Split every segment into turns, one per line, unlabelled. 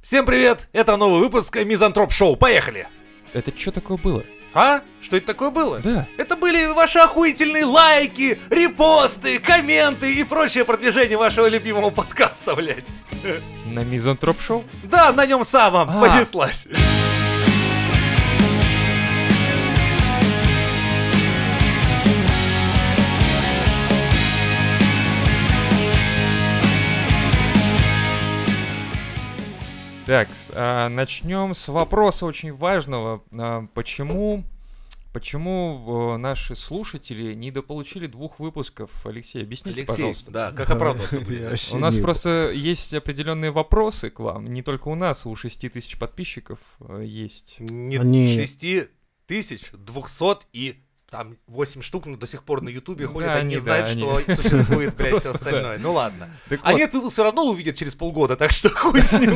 Всем привет! Это новый выпуск Мизантроп Шоу. Поехали!
Это что такое было?
А? Что это такое было?
Да.
Это были ваши охуительные лайки, репосты, комменты и прочее продвижение вашего любимого подкаста, блядь.
На Мизантроп Шоу?
Да, на нем самом
А.
понеслась.
Так, с- а, начнем с вопроса очень важного. А, почему почему э, наши слушатели недополучили двух выпусков? Алексей, объясните,
Алексей,
пожалуйста.
да, как оправдался,
Я
блядь.
вообще
У нас
не-
просто есть определенные вопросы к вам. Не только у нас, у 6 тысяч подписчиков э, есть.
Не
Они-
6 тысяч 200 и там 8 штук ну, до сих пор на Ютубе
Да,
ходят, они
они,
не
да,
знают,
они.
что существует, блядь, все
Просто да.
остальное. Ну ладно.
Так
А
вот,
нет, все равно увидят через полгода, так что хуй с ним.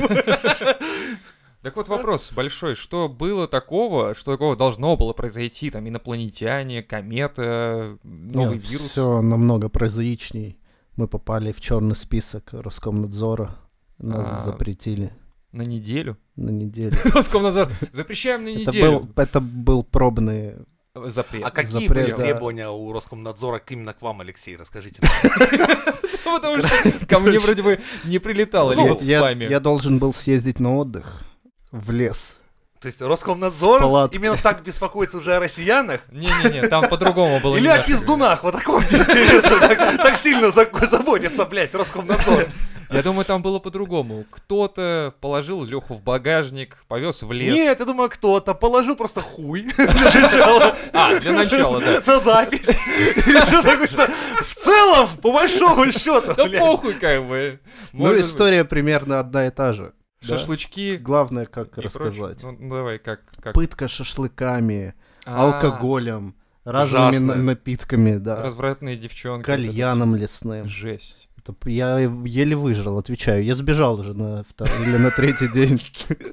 Так вот вопрос большой, что было такого, что такого должно было произойти, там инопланетяне, комета, новый вирус?
Все намного прозаичней. Мы попали в черный список Роскомнадзора. Нас
А.
запретили
На неделю?
на неделю.
Роскомнадзор, запрещаем на
Это
неделю.
был, это был пробный.
Э, Запрет.
А какие
запрет,
были
да.
требования у Роскомнадзора к именно к вам, Алексей, расскажите.
Потому что ко мне вроде бы не прилетало
Я-
либо в
Ну, я,
спаме.
я должен был съездить на отдых в лес.
То есть Роскомнадзор
С палаткой.
именно так беспокоится уже о россиянах?
Не-не-не, там по-другому было.
Или о
немножко.
пиздунах, вот таком интересно, так, так сильно за- заботится, блядь, Роскомнадзор.
Я думаю, там было по-другому. Кто-то положил Леху в багажник, повез в лес.
Нет, я думаю, кто-то положил просто хуй для начала.
А, для начала, да.
На запись. Я такой, что В целом, по большому счету,
Да
блядь.
похуй как бы.
ну,
Может быть.
история примерно одна и та же. да.
Шашлычки. и
Главное, как
прочее.
рассказать.
Ну, ну, давай, как... как-
Пытка шашлыками,
А,
алкоголем, разными
Ужасно.
на- напитками, да.
Развратные девчонки.
Кальяном
Это
лесным.
Жесть.
Это п- Я еле выжил, отвечаю. Я сбежал уже на второй или на третий день.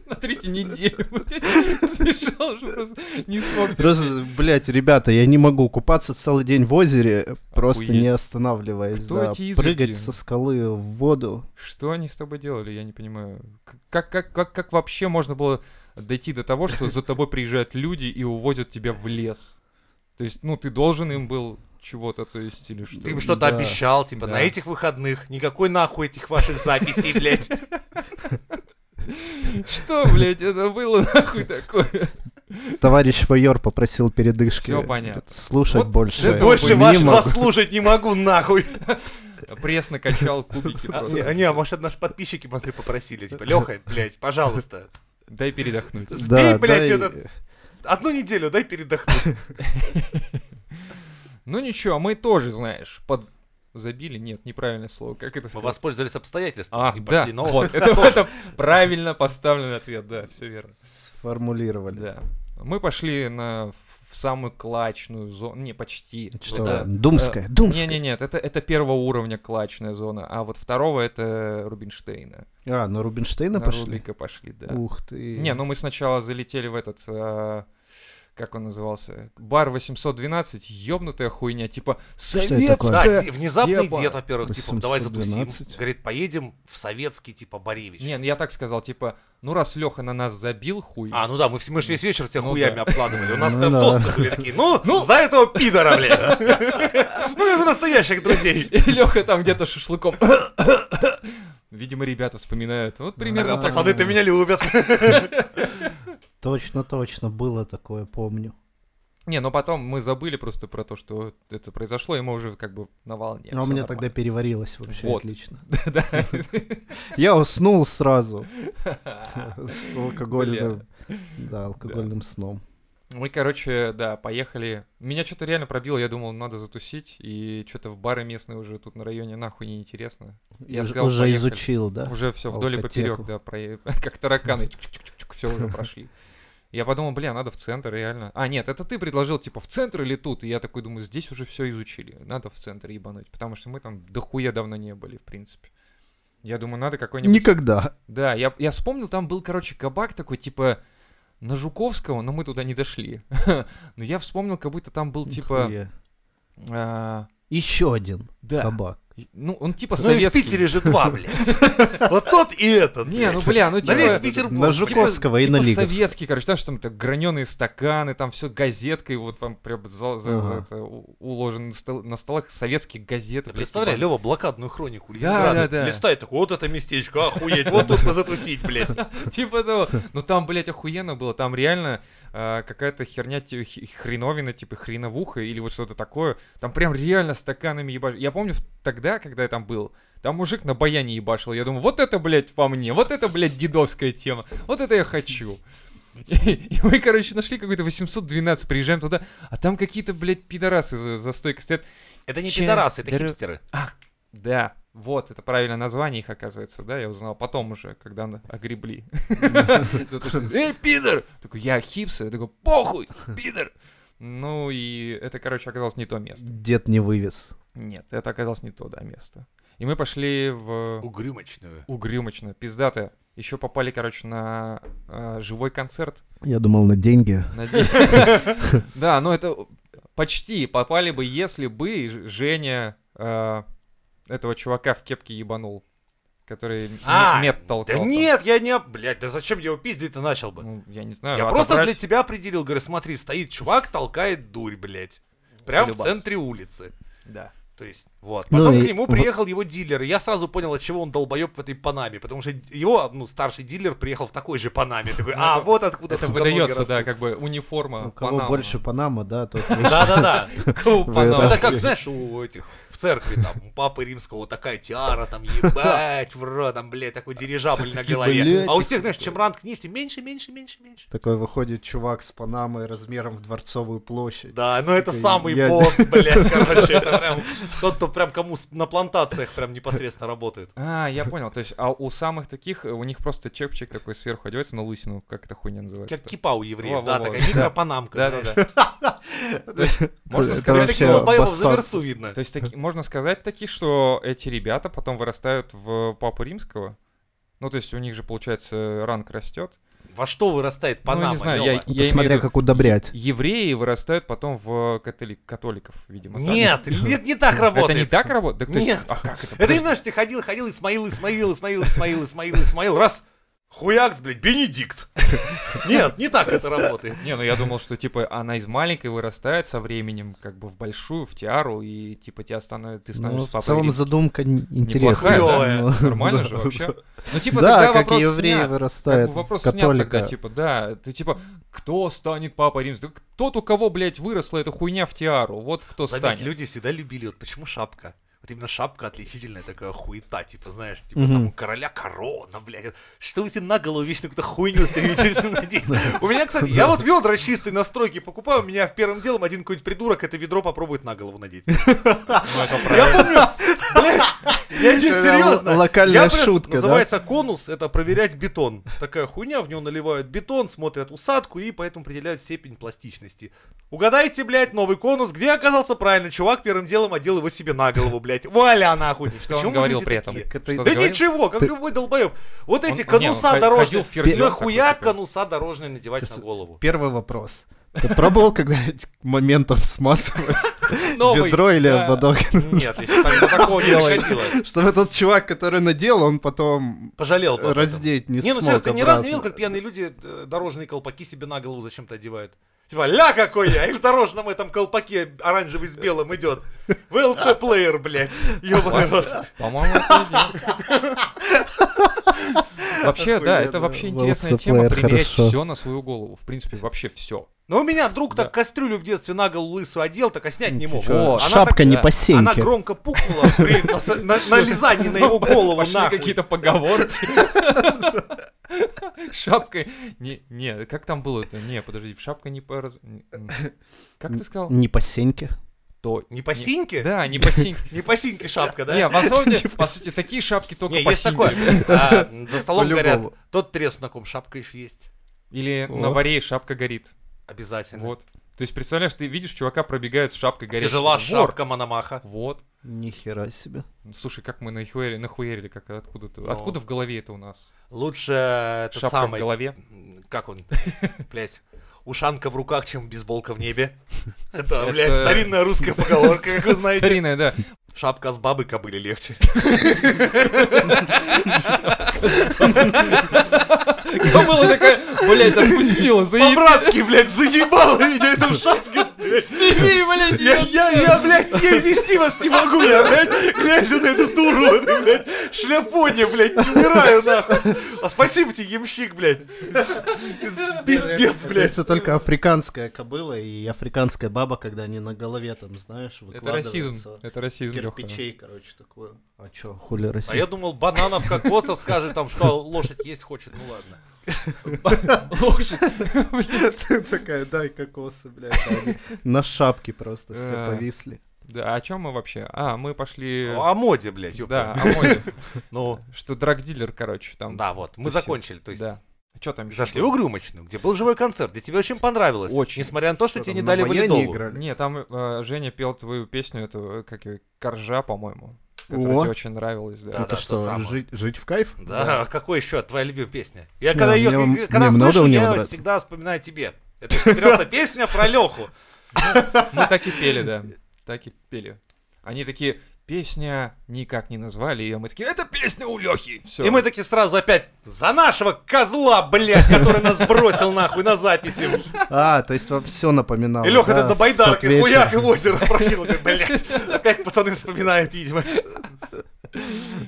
На третью неделю, блядь, сбежал, что просто не смог.
Просто, блядь, ребята, я не могу купаться целый день в озере, просто
Охуеть.
не останавливаясь.
Кто
да.
эти изверги?
Прыгать со скалы в воду.
Что они с тобой делали, я не понимаю. К- Как, как, как, как вообще можно было дойти до того, что за тобой приезжают люди и увозят тебя в лес? То есть, ну, ты должен им был чего-то, то есть, или что?
Ты им что-то
Да.
обещал, типа,
Да.
на этих выходных, никакой нахуй этих ваших записей, блядь.
Что, блядь, это было нахуй такое?
Товарищ майор попросил передышки.
Всё понятно.
Говорит, Слушать
Вот
больше.
это
Больше
не
вас
могу».
вас слушать не могу, нахуй.
Пресс накачал
А,
кубики
Не,
просто.
а не, а может, это наши подписчики, смотри, попросили, типа, Леха, блядь, пожалуйста,
Дай передохнуть.
Да,
сбей, блядь,
да,
этот Одну неделю дай передохнуть.
Ну ничего, мы тоже, знаешь, под... Забили? Нет, неправильное слово. Как это
Мы
сказать?
воспользовались обстоятельствами
А,
и
да,
пошли на отдых.
вот, это, это правильно поставленный ответ, да, все верно.
Сформулировали.
Да. Мы пошли на в самую клачную зону. Не, почти.
Что?
да.
Думская,
Э,
Думская.
Не-не-не, это, это первого уровня клачная зона, а вот второго это Рубинштейна.
А, на Рубинштейна
на
пошли?
Рубика пошли, да.
Ух ты.
Не, ну мы сначала залетели в этот... а, как он назывался? Бар 812, ёбнутая хуйня, типа
это такое?
Да,
советская...
де- внезапный
Деба.
дед, во-первых, типа, давай затусим.
812.
Говорит, поедем в советский, типа, Боревич.
Не, ну я так сказал, типа, ну раз Леха на нас забил, хуй.
А, ну да, мы, вс- мы же весь вечер тебя
Ну
хуями
да.
обкладывали. У нас
Ну
прям
да.
тосты были такие. Ну,
Ну.
за этого пидора, блядь. Ну, как у настоящих друзей.
И Леха там где-то шашлыком. Видимо, ребята вспоминают. Вот примерно
Да.
так.
Пацаны-то меня любят.
Точно, точно, было такое, помню.
Не, но потом мы забыли просто про то, что это произошло, и мы уже как бы на волне.
Но Ну, а у
всё
меня тогда
нормально.
переварилось вообще
Вот.
отлично.
Да.
Я уснул сразу с алкогольным,
Бля.
да, алкогольным сном.
Мы, короче, да, поехали. Меня что-то реально пробило, я думал, надо затусить, и что-то в бары местные уже тут на районе нахуй неинтересно. Я
Уж-
сказал,
уже
поехали.
изучил, да?
Уже все вдоль и поперек,
алкотеку.
да, про- как тараканы, все уже прошли. Я подумал, бля, надо в центр, реально. А, нет, это ты предложил, типа, в центр или тут? И я такой думаю, здесь уже все изучили. Надо в центр ебануть, потому что мы там дохуя давно не были, в принципе. Я думаю, надо какой-нибудь...
Никогда.
Да, я, я вспомнил, там был, короче, кабак такой, типа, на Жуковского, но мы туда не дошли. Но Ну, я вспомнил, как будто там был, типа... а,
Еще один
Да,
кабак.
Ну, он
Ну
типа
и в
советский.
Питере же два, блядь. Вот тот и этот.
Не,
блядь.
ну бля, ну
На весь
типа...
Питер
На
был.
Жуковского и
типа
на Лиговского.
советский, короче, знаешь, там так граненые стаканы, там все газеткой, вот там прям за, за- за
Ага.
это у- уложено на, стол- на столах советские газеты.
Ты
блядь,
Представляй,
ебаные.
Лева блокадную хронику
Типа, да,
Ленинграда
да.
листает, такой, вот это местечко, охуеть, вот тут позатусить, блядь.
Типа того. Ну там, блядь, охуенно было. Там реально а, какая-то херня, ти- х- хреновина, типа хреновуха или вот что-то такое. Там прям реально стаканами ебашь. Я помню в- тогда, когда я там был, там мужик на баяне ебашил. Я думаю, вот это, блядь, по мне. Вот это, блядь, дедовская тема. Вот это я хочу. И, и мы, короче, нашли какой-то 812, приезжаем туда, а там какие-то, блядь, пидорасы за, за стойкой стоят.
Это не
Че-
пидорасы, это
дыры-
хипстеры.
Да, вот, это правильное название их, оказывается, да, я узнал потом уже, когда на- огребли. Да, то, что, Эй, пидор! Такой, я хипсы, я такой, похуй, пидор! Ну и это, короче, оказалось не то место.
Дед не вывез.
Нет, это оказалось не то, да, место. И мы пошли в
Угрюмочную.
угрюмочно, пиздатое. Еще попали, короче, на э, живой концерт.
Я думал на деньги.
Наде- Да, ну это почти попали бы, если бы Ж- Женя э, этого чувака в кепке ебанул, который м-
А,
мед толкал.
Да
там.
нет, я не... об- Блядь, да зачем я его пиздить-то начал бы?
Ну, я не знаю.
Я
а
просто
отобрать-
для тебя определил, говорю, смотри, стоит чувак, толкает дурь, блядь. Прям в
Полюбас.
центре улицы.
Да.
То есть, вот.
Ну
Потом
и
к нему
вот-
приехал его дилер, и я сразу понял, от чего он долбоеб в этой Панаме, потому что его, ну, старший дилер приехал в такой же Панаме. Такой, а,
Ну,
вот откуда,
Это
сука, ноги
выдается, да,
растут».
как бы униформа.
У Ну, кого
А, Панама.
больше Панама, да, тот
Да-да-да.
У кого Панама.
Это
Охуеть.
как, знаешь, у этих в церкви там, у Папы Римского такая тиара, там, ебать, в рот, там, блядь, такой дирижабль
Все
на
такие,
голове.
«Блядь,
А у всех, знаешь, чем ранг ниже, тем меньше, меньше, меньше, меньше.
Такой выходит чувак с Панамой размером в Дворцовую площадь.
Да, ну это
Такой,
самый
я-
босс, блядь, короче, это прям тот, кто прям кому с- на плантациях прям непосредственно работает.
А, я понял. То есть, а у самых таких, э, у них просто чепчик такой сверху одевается на лысину, как эта хуйня называется.
Как кипа у евреев, да,
Во-во-во,
такая
да.
микропанамка. знаешь.
Да-да-да. То есть, Можно
Это
Короче,
сказать,
вообще
таких долбоебов
бассан.
за версту видно.
То есть таки- можно сказать таки, что эти ребята потом вырастают в Папу Римского. Ну, то есть у них же, получается, ранг растет.
Во что вырастает
Ну, я
Панама?
не знаю,
Лёва?
я-
Ну,
имею в
смотря
виду,
как удобрять.
Евреи вырастают потом в католи- католиков, видимо. так?
Нет, нет, не так
Это не
работает.
так работает? Так, то есть-
Нет.
А как
Это
это?
не
Подожди.
знаешь, ты ходил, ходил, Исмаил, Исмаил, Исмаил, Исмаил, Исмаил, Исмаил, раз, хуякс, блядь, Бенедикт. Нет, не так это работает.
Не, ну я думал, что типа она из маленькой вырастает со временем, как бы в большую, в тиару, и типа тебя станов... ты
Ну,
становишься
в
папой
целом
Римским.
задумка н- интересная.
Неплохая,
да,
да?
но-
Нормально же
да,
вообще. Ну, типа,
Да,
тогда
как и
вопрос
евреи
снят. Как
вырастают
бы
в
вопрос снят тогда,
католика.
типа, да, ты типа, кто станет папой римским? Да Тот, у кого, блядь, выросла эта хуйня в тиару, вот кто
Заметь,
станет.
люди всегда любили, вот почему шапка? Вот именно шапка отличительная такая хуета, типа, знаешь, типа
Мгм.
там у короля корона, блядь. Что вы себе на голову вечно какую-то хуйню стремитесь надеть? У меня, кстати, я вот ведра чистые на стройке покупаю, у меня в первым делом один какой-нибудь придурок это ведро попробует на голову надеть.
Ну, это
Я помню, блядь, я чуть
Это
серьезно.
л- локальная
Я прям-
шутка, да?
Называется конус, это проверять бетон. Такая хуйня, в него наливают бетон, смотрят усадку и поэтому определяют степень пластичности. Угадайте, блядь, новый конус, где оказался правильно. Чувак первым делом одел его себе на голову, блядь. Валя нахуй.
Что
Почему
он говорил
люди
при этом?
такие?
Так это-
Что он
Да
говорил?
ничего, как
Ты-
любой долбоеб. Вот
Он-
эти
он- не, он
конуса
хо-
дорожные.
ходил в ферзёк
Нахуя
такой, типа.
конуса дорожные надевать на
С-
голову?
Первый вопрос. Ты пробовал когда-нибудь моментом смазывать
Новый,
ведро или
да.
ободок?
Нет, я ещё так- до такого не доходило.
Чтобы тот чувак, который надел, он потом
Пожалел бы об этом.
раздеть не
Не, ну серьезно,
смог
ты ни разу не видел,
обратно.
как пьяные люди э, дорожные колпаки себе на голову зачем-то одевают? Типа, ля какой я, и в дорожном этом колпаке оранжевый с белым идет. VLC плеер, блядь. Ёбаный в рот.
По-моему, это идея. Вообще, да, это
Охуенно.
вообще
Волосы
интересная тема,
плеер,
примерять
хорошо.
все на свою голову. В принципе, вообще все.
Но у меня друг
Да.
так кастрюлю в детстве на голову лысую одел, так а снять не мог.
Ничего.
Она
Шапка
так-
не
да.
по
Она
сеньке.
громко пукнула при нас- на- нализании на его голову
Пошли
нахуй.
какие-то поговорки. Шапкой. Не, не, как там было-то? Не, подожди, шапка не по... раз- м, м. Как ты сказал?
Не по сеньке.
То.
Не по синьке?
Да, не по синь.
Не по синьке шапка, да?
Не, в
Не
сути,
по
по сути, такие шапки только
Не,
по
есть
синьке.
такое. А, За столом говорят,
По-любому.
тот трес на ком шапка еще есть.
Или на
Вот.
варе шапка горит.
Обязательно.
Вот. То есть, представляешь, ты видишь, чувака пробегает с шапкой горит.
Тяжела шапка Мономаха.
Вот.
Нихера себе.
Ну, Слушай, как мы нахуярили, нахуярили, как откуда-то.
Ну.
Откуда в голове это у нас?
Лучше этот
Шапка в
самый...
голове.
М, Как он? Блять. ушанка в руках, чем бейсболка в небе. Это,
Это-
блядь, старинная русская поговорка, как вы знаете.
Старинная, да.
Шапка с бабы кобыли легче.
Кобыла такая, блядь, отпустила, заебись,
По-братски, блядь, заебало меня эта шапка. блядь.
блядь,
Я,
её
я, я, блядь, я вести вас не могу, я, блядь, глядя на эту дуру, в этой, блядь, шляпоне, блядь, не умираю, нахуй. А спасибо тебе, ямщик, блядь. Пиздец,
Это
блядь.
если только африканская кобыла и африканская баба, когда они на голове там, знаешь,
Это
выкладываются.
расизм. Это расизм, Лёха.
Кирпичей, короче, такое. А чё, хули расизм?
А я думал, Бананов Кокосов скажет там, что лошадь есть хочет, ну ладно.
Лошадь.
Ты такая, дай кокосы, блядь. а они На шапке просто все
А.
Да.
повисли.
Да, о чем мы вообще? А, мы пошли...
О моде, блядь, ёпта.
Да, о моде.
Ну,
Что драгдилер, короче, там.
да, вот, мы
всё.
закончили, то есть...
Да. Что там ещё
Зашли в
было?
Угрюмочную, где был живой концерт, где тебе очень понравилось.
Очень.
Несмотря на то, что
Что
тебе
там,
не
на
дали
баяне
валидолу.
играли? Ну
Не, там э, Женя пел твою песню, эту, э, как ее, Коржа, по-моему. Которая
О.
тебе очень нравилась, да.
Да. то
Это что,
самое.
жить жить в кайф?
Да, А какой еще твоя любимая песня? Я
Не,
когда ее
мне-
когда
мне много
слышу,
у неё
я
нравится.
всегда вспоминаю тебе. Это просто песня про Леху.
Мы так и пели, да. Так и пели. Они такие, песня никак не назвали ее. Мы такие, это песня у Лехи. Все.
И мы такие сразу опять за нашего козла, блядь, который нас бросил нахуй на записи.
А, то есть вам все напоминало.
И Леха
А
тут
да,
на
в тот
байдарке
вечер.
хуяк и в озеро прокинул. Говорит, Блядь, опять пацаны вспоминают, видимо.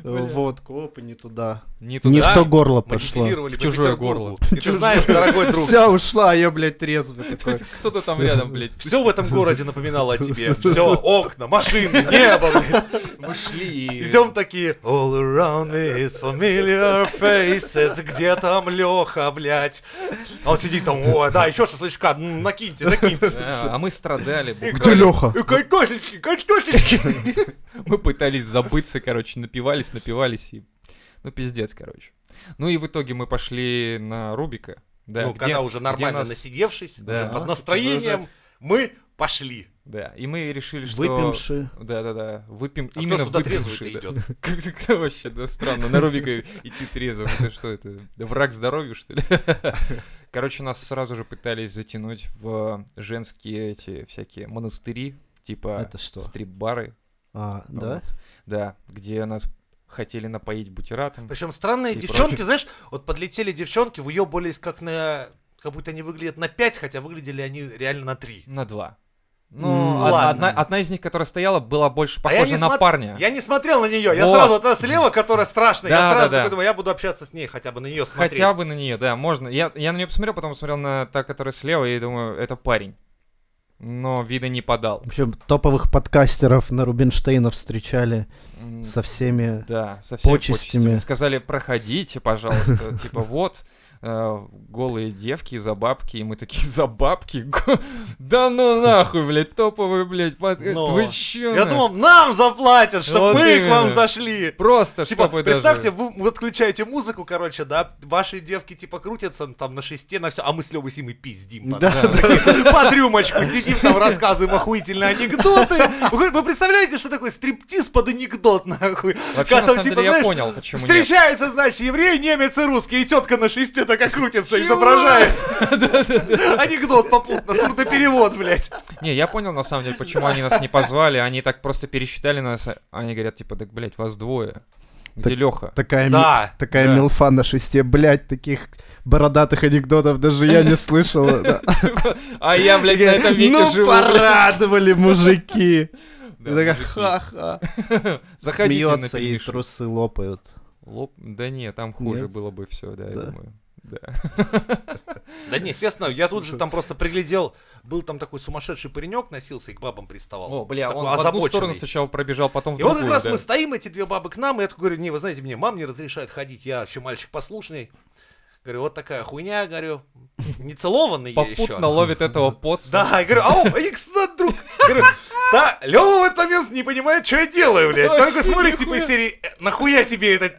Водку, оп, и не туда.
не туда.
Не в то горло пошло.
Манипулировали
В
по
чужое
Петербургу.
горло.
И ты знаешь, дорогой друг,
Вся ушла, а я, блядь, трезвый такой.
Кто-то там рядом, блядь.
все в этом городе напоминало о тебе. Все, окна, машины, небо, блядь.
Мы шли и...
Идем такие All around is familiar faces Где там Леха, блядь? А он сидит там, о, да, еще шашлычка, м, накиньте, накиньте
Да, а мы страдали. бухали.
Кто Леха?
И картошечки, картошечки
Мы пытались забыться, короче, напивались, напивались и... Ну, пиздец, короче. Ну и в итоге мы пошли на Рубика. Да,
Ну,
где-
когда уже
где
нормально
нас-
насидевшись
Да.
Под настроением мы пошли
Да, и мы решили, что...
Выпивши.
Да-да-да, выпьем...
А
именно
кто сюда трезвый-то
выпивши, да.
идет?
Как как-то вообще, да, странно, на Рубика идти трезвым. Это что, это враг здоровью, что ли? Короче, нас сразу же пытались затянуть в женские эти всякие монастыри, типа
Это что?
стрип-бары.
А,
Ну.
да?
Вот. Да, где нас хотели напоить бутератом.
Причем странные
И
девчонки, знаешь, вот подлетели девчонки, выебывались как на... Как будто они выглядят на 5, хотя выглядели они реально на 3.
На два.
М,
Ну, од-
ладно.
одна, одна из них, которая стояла, была больше
А я
похожа
не
на
смот-
парня.
Я не смотрел на нее, я
Вот.
сразу, вот она слева, которая страшная, я
Да,
сразу
да,
такой
да.
думаю, я буду общаться с ней, хотя бы на нее смотреть.
Хотя бы на нее, да, можно. Я, я на нее посмотрел, потом посмотрел на та, которая слева, и думаю, это парень. Но вида не подал.
В общем, топовых подкастеров на Рубинштейна встречали
М,
со всеми...
Да, со всеми
почестями.
почестями. Сказали, проходите, пожалуйста. Типа, вот, э, голые девки за бабки. И мы такие, за бабки? Го- Да ну нахуй, блядь, топовые, блядь. под- э,
Но.
Вы чё?
Я
на-
думал, нам заплатят, чтобы
Вот
мы к
именно.
вам зашли.
Просто,
Типа,
чтобы
представьте,
даже...
вы вы отключаете музыку, короче, да, ваши девки типа крутятся там на шесте, на все, а мы с Лёвой Симой пиздим. под-
Да,
Под рюмочку сидим, там рассказываем охуительные анекдоты. Вы вы представляете, что такое стриптиз под анекдот, нахуй?
Вообще, на
Когда,
самом
типа,
деле, я
знаешь,
понял, почему нет.
Встречаются, значит, еврей, немец и русский, и тетка на шесте такая крутится,
Чего?
изображает. Анекдот попутно, сурдоперевод, блядь.
Не, я понял на самом деле, почему они нас не позвали. Они так просто пересчитали нас. Они говорят, типа, так, блядь, вас двое. Где
Так-
Леха?
Такая, ми-
Да.
такая
Да.
милфа на шесте, блядь, таких бородатых анекдотов даже я не слышал. да.
А я, блядь, на этом веке
Ну,
живу.
порадовали мужики. И
Да,
такая,
мужики.
ха-ха.
Заходите на
Смеется, и
перемешку.
трусы лопают.
Лоб... Да не, там хуже
Нет.
было бы все, да, я
Да.
думаю. Да.
Да не, естественно, я тут же там просто приглядел, был там такой сумасшедший паренек носился и к бабам приставал.
О, бля,
Такой
он в одну
озабоченный.
сторону сначала пробежал, потом в
И вот
другую.
как раз
да.
мы стоим, эти две бабы к нам, и я такой говорю, не, вы знаете, мне мам не разрешает ходить, я вообще мальчик послушный. Говорю, вот такая хуйня, говорю, не целованный я еще.
Попутно ловит этого поца.
Да, я говорю, ау, а икс на друг. Говорю, да, Лёва в этот момент не понимает, что я делаю, блядь.
Вообще
Только смотрит, типа, из
нихуя.
серии, «Э, нахуя тебе это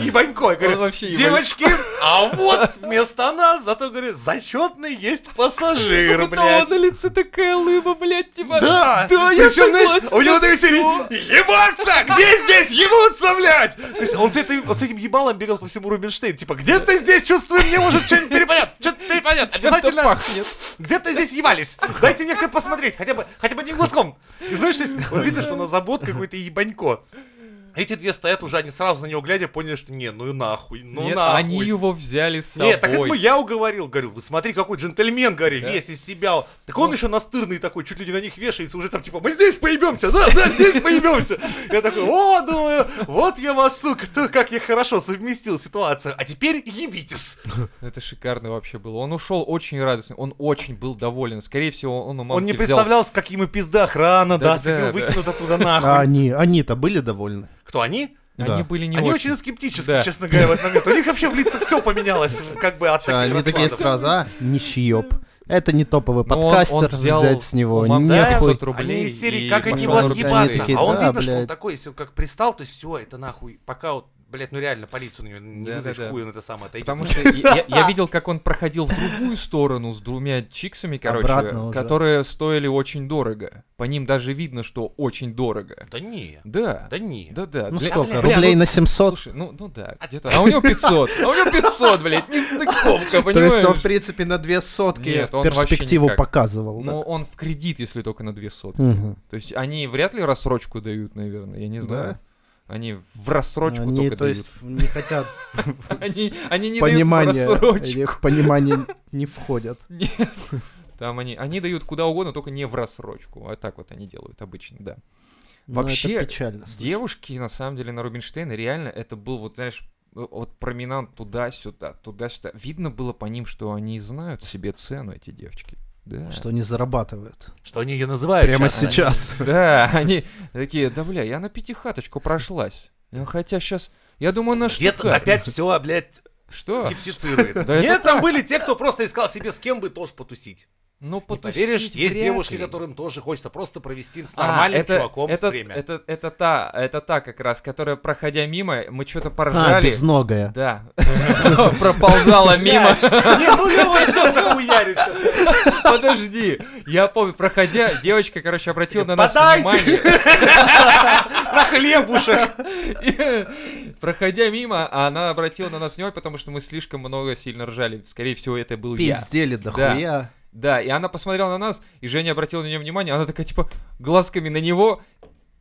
ебанько? Я
Он
говорю,
вообще ебань-
девочки, а вот вместо нас, зато, говорю, зачетный есть пассажир,
У того
блядь.
на лице такая лыба, блядь, типа.
Да,
Да, я
Причем, знаешь,
согласен
у него
на
такая серия
всё.
«Ебаться! Где здесь ебутся, блядь?» То есть он с, этой- вот с этим ебалом бегал по всему Рубинштейн, типа «Где ты здесь? Чувствую, мне может что-нибудь перепадет! Что-то нет,
Чем-то
обязательно
пахнет.
где-то здесь ебались. Дайте мне как-то посмотреть, хотя бы, хотя бы не глазком. И знаешь, то есть, вот видно, что на забот какой-то ебанько. Эти две стоят уже, они сразу на него глядя поняли, что не, ну и нахуй, ну
Нет,
нахуй.
они его взяли с собой.
Нет, так это бы я уговорил, говорю, вы смотри, какой джентльмен, говорю,
Да. Ну.
весь из себя. Так он еще настырный такой, чуть ли не на них вешается, уже там типа, мы здесь поебемся, да, да, здесь поебемся. Я такой, о, думаю, вот я вас, сука, то как я хорошо совместил ситуацию, а теперь ебитесь.
Это шикарно вообще было. Он ушел очень радостный, он очень был доволен. Скорее всего, он у мамки
Он не
взял-
представлял, с каким и пизда охрана, да,
Да,
с каким
да,
выкинут оттуда
А
нахуй.
они, они-то были довольны.
Кто они?
Они
Да.
были не
они
очень.
очень, скептически,
Да.
честно говоря, в этот момент. У них вообще в лицах все поменялось, как бы от
А
таких
Они такие
раскладов.
сразу, а, нищеёб. Это не топовый
Но он- он
подкастер,
взял
взять с него
у мамки
нехуй.
500 рублей
Они из серии,
и
как от
пошел
него
на руках.
организации.
отъебаться.
Такие,
А он
да,
видно, что он
блядь.
такой, если как пристал, то все, это нахуй, пока вот, блядь, ну реально полицию на него не
Да,
вызовешь,
да, да.
хуй он это Ну, самое отойдет.
Потому что я, я- я видел, как он проходил в другую сторону с двумя чиксами,
Обратно
короче,
уже.
которые стоили очень дорого. По ним даже видно, что очень дорого.
Да не,
Да.
да не.
Да, да.
Ну
Бля,
сколько,
бля,
рублей
ну,
на 700?
Слушай, ну, ну да, где-то. А у него 500, а у него 500, блядь, нестыковка,
То есть он,
понимаешь?
в принципе, на две сотки
Нет, он
перспективу
вообще никак. Ну,
показывал. да.
Но он в кредит, если только на две сотки.
Мгм.
То есть они вряд ли рассрочку дают, наверное, я не знаю. Они в рассрочку
Они,
только
то есть,
дают.
не хотят
Они, они не
понимания,
дают в рассрочку.
или в понимание не входят.
Нет. Там они, они дают куда угодно, только не в рассрочку. А так вот они делают обычно, да.
Но
Вообще,
это печально.
Девушки, на самом деле, на Рубинштейна реально это был, вот знаешь, вот променад туда-сюда, туда-сюда. Видно было по ним, что они знают себе цену, эти девочки. Да.
Что не зарабатывают.
Что они ее называют?
Прямо
сейчас?
сейчас.
Да, они такие, да бля, я на пятихаточку прошлась. Ну, хотя сейчас, я думаю, на
Где-то
штуках.
опять все, блядь,
Что?
скептицирует.
Да это
Нет, там были те, кто просто искал себе с кем бы тоже потусить.
Ну,
Не
потусить
поверишь, есть
вряд
девушки,
ли.
которым тоже хочется просто провести с
А,
нормальным
это-
чуваком
это,
время.
Это, это та, это та как раз, которая, проходя мимо, мы что-то
А,
поржали.
безногая.
Да. Проползала мимо.
Не, ну Лёва все захуярит сейчас.
Подожди. Я помню, проходя, девочка, короче, обратила на нас
Подайте!
внимание.
На хлебушек.
И, Проходя мимо, она обратила на нас внимание, потому что мы слишком много сильно ржали. Скорее всего, это был я.
Пиздели дохуя.
Да, и она посмотрела на нас, и Женя обратила на нее внимание, она такая, типа, глазками на него,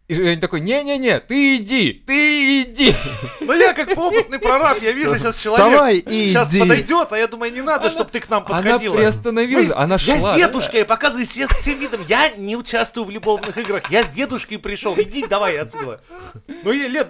и Женя такой, не-не-не, ты иди, ты иди.
Ну я как опытный прораб, я вижу сейчас человек.
Вставай и
Сейчас
иди.
подойдет, а я думаю, не надо,
Она-
чтобы ты к нам
Она
подходила.
приостановилась,
Мы-
она
я
шла.
с дедушкой, я показываю всем, всем видом. Я не участвую в любовных играх. Я с дедушкой пришел. Иди, давай отсюда. Ну, ей лет 24-23.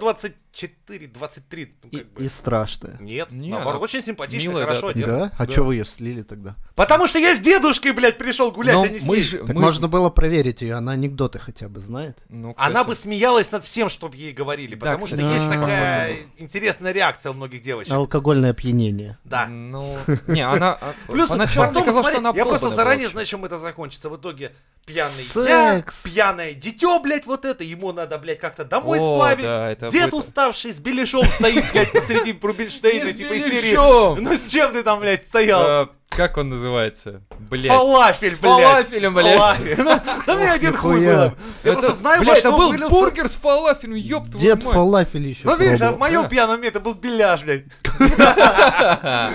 Ну,
И
как бы.
и страшная.
Нет,
Не,
наоборот,
она
очень симпатичная,
милая, да.
хорошо одета.
Да? А чё вы ее слили тогда?
Потому что я с дедушкой, блядь, пришел гулять,
Но
а не с
мы
ней.
же...
Так
мы-
можно было проверить ее, она анекдоты хотя бы знает.
Ну,
Она
кстати,
бы смеялась над всем, что бы ей говорили,
Да,
потому что
кстати,
есть
похоже
такая интересная реакция у многих девочек.
Алкогольное опьянение.
Да.
Ну, не, она... а,
Плюс
Поначалу мне
потом,
казалось, что
смотри,
она
я просто
обдолбанная
заранее
была.
знаю, чем это закончится. В итоге пьяный
Секс.
я, пьяное дитё, блядь, вот это, ему надо, блядь, как-то домой
О,
сплавить.
да, это
Дед
будет-
уставший с беляшом стоит, блядь, посреди Рубинштейна,
Не с
типа из серии.
беляшом!
Ну с чем ты там, блядь, стоял?
Э, Как он называется? Блять.
Фалафель,
С
блядь.
фалафелем, блядь.
Фалафель. Ну, Да мне один хуй
нихуя.
было. Я
Это,
просто знаю, во
блядь, это
что
был
вылился.
бургер с фалафелем, ёб твою
Дед
мать.
фалафель еще
Ну видишь, а в
пробовал.
моем
Да.
пьяном уме это был беляш, блядь.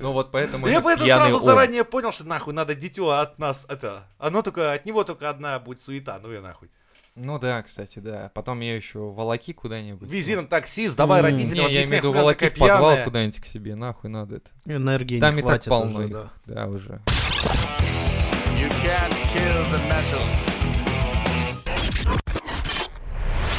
Ну вот поэтому
Я
это
поэтому
пьяный
сразу
он.
заранее понял, что нахуй надо дитё от нас, это, оно только, от него только одна будет суета, ну я нахуй.
Ну да, кстати, да. Потом я еще волоки куда-нибудь.
Вези на такси, сдавай
Ну, М.
Не,
родителям,
я имею в
объясняй,
виду
хуй она
волоки
такая
в подвал
пьяная.
куда-нибудь к себе, нахуй надо это.
Энергии
Там
не
и так
хватит
полно
уже,
их.
да.
Да, уже.
You can't kill the metal.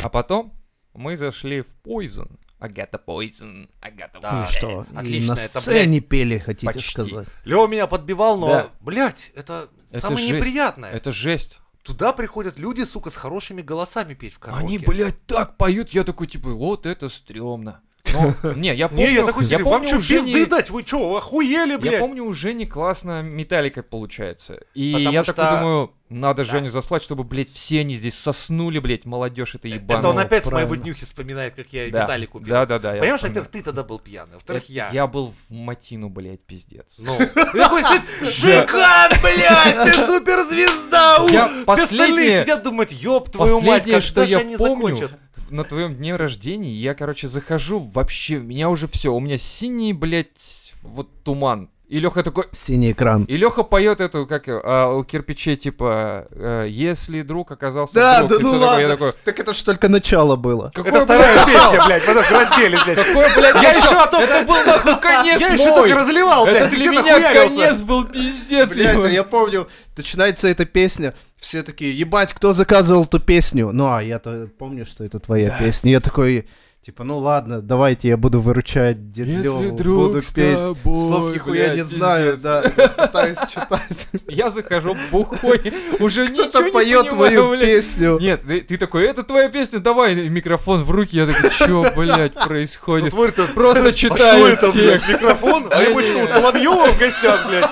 А потом мы зашли в Poison. I got the poison, I got the
Да.
Ну и что, и
А, э, Отлично,
на
это, блядь,
сцене пели, хотите
почти.
сказать.
Лёва меня подбивал, но,
Да.
блядь, это,
Это
самое
жесть.
неприятное.
Это жесть.
Туда приходят люди, сука, с хорошими голосами петь в караоке.
Они, блядь, так поют. Я такой, типа, вот это стрёмно. Но, не, я помню,
Не, я такой себе, вам
помню,
что,
у Жени-
пизды дать? Вы чё, охуели,
я
блядь?
помню, у Жени классно металлика получается. И
Потому
я
что-
такой думаю, надо
Да.
Женю заслать, чтобы, блядь, все они здесь соснули, блядь, молодежь это ебаная.
Это он опять с моего
правильно.
днюхи вспоминает, как я
да.
Виталику пел.
Да, да, да. я
Понимаешь,
вспоминаю.
во-первых, ты тогда был пьяный, во-вторых,
Это
я.
Я был в Матину, блядь, пиздец.
Ну. И такой сидит, Жека, блядь, ты суперзвезда! у!»
Я
Ну, Все остальные
последнее-
сидят думают, ёб твою мать,
Последнее,
когда
что
же
я
они
помню,
закончат?
на твоем дне рождения я, короче, захожу вообще, у меня уже все, у меня синий, блядь, вот туман. И Леха такой...
Синий экран.
И Леха поет эту, как ее, а, у кирпичей, типа, э, если друг оказался
Да,
друг».
да
И
ну
всё такое.
ладно.
Я такой,
Так это ж только начало было.
какой,
Это вторая песня, блядь, потом раздели, блядь.
Какой, блядь,
Я
начало?
еще о том-
Это был нахуй конец
Я
мой.
еще только разливал, блядь,
Это
ты
для
где
меня
нахуярился?
конец был пиздец.
Блядь,
ебать.
а я помню, начинается эта песня, все такие, ебать, кто заказывал эту песню? Ну, а я-то помню, что это твоя песня. Я такой, типа, ну ладно, давайте я буду выручать
Если
Дердёву,
друг
буду
с
петь.
тобой,
Слов нихуя
блядь,
не знаю,
пиздец.
да, пытаюсь читать.
Я захожу бухой, уже ничего
Кто-то
не
поет
понимаю,
твою
блядь.
песню.
Нет, ты, ты такой, это твоя песня, давай и микрофон в руки. Я такой, чё, блядь,
Ну,
происходит?
смотри, ты-
Просто
а что
читаю
это, блядь,
текст.
микрофон? А ему
Не-не-не.
что, у Соловьева в гостях, блядь?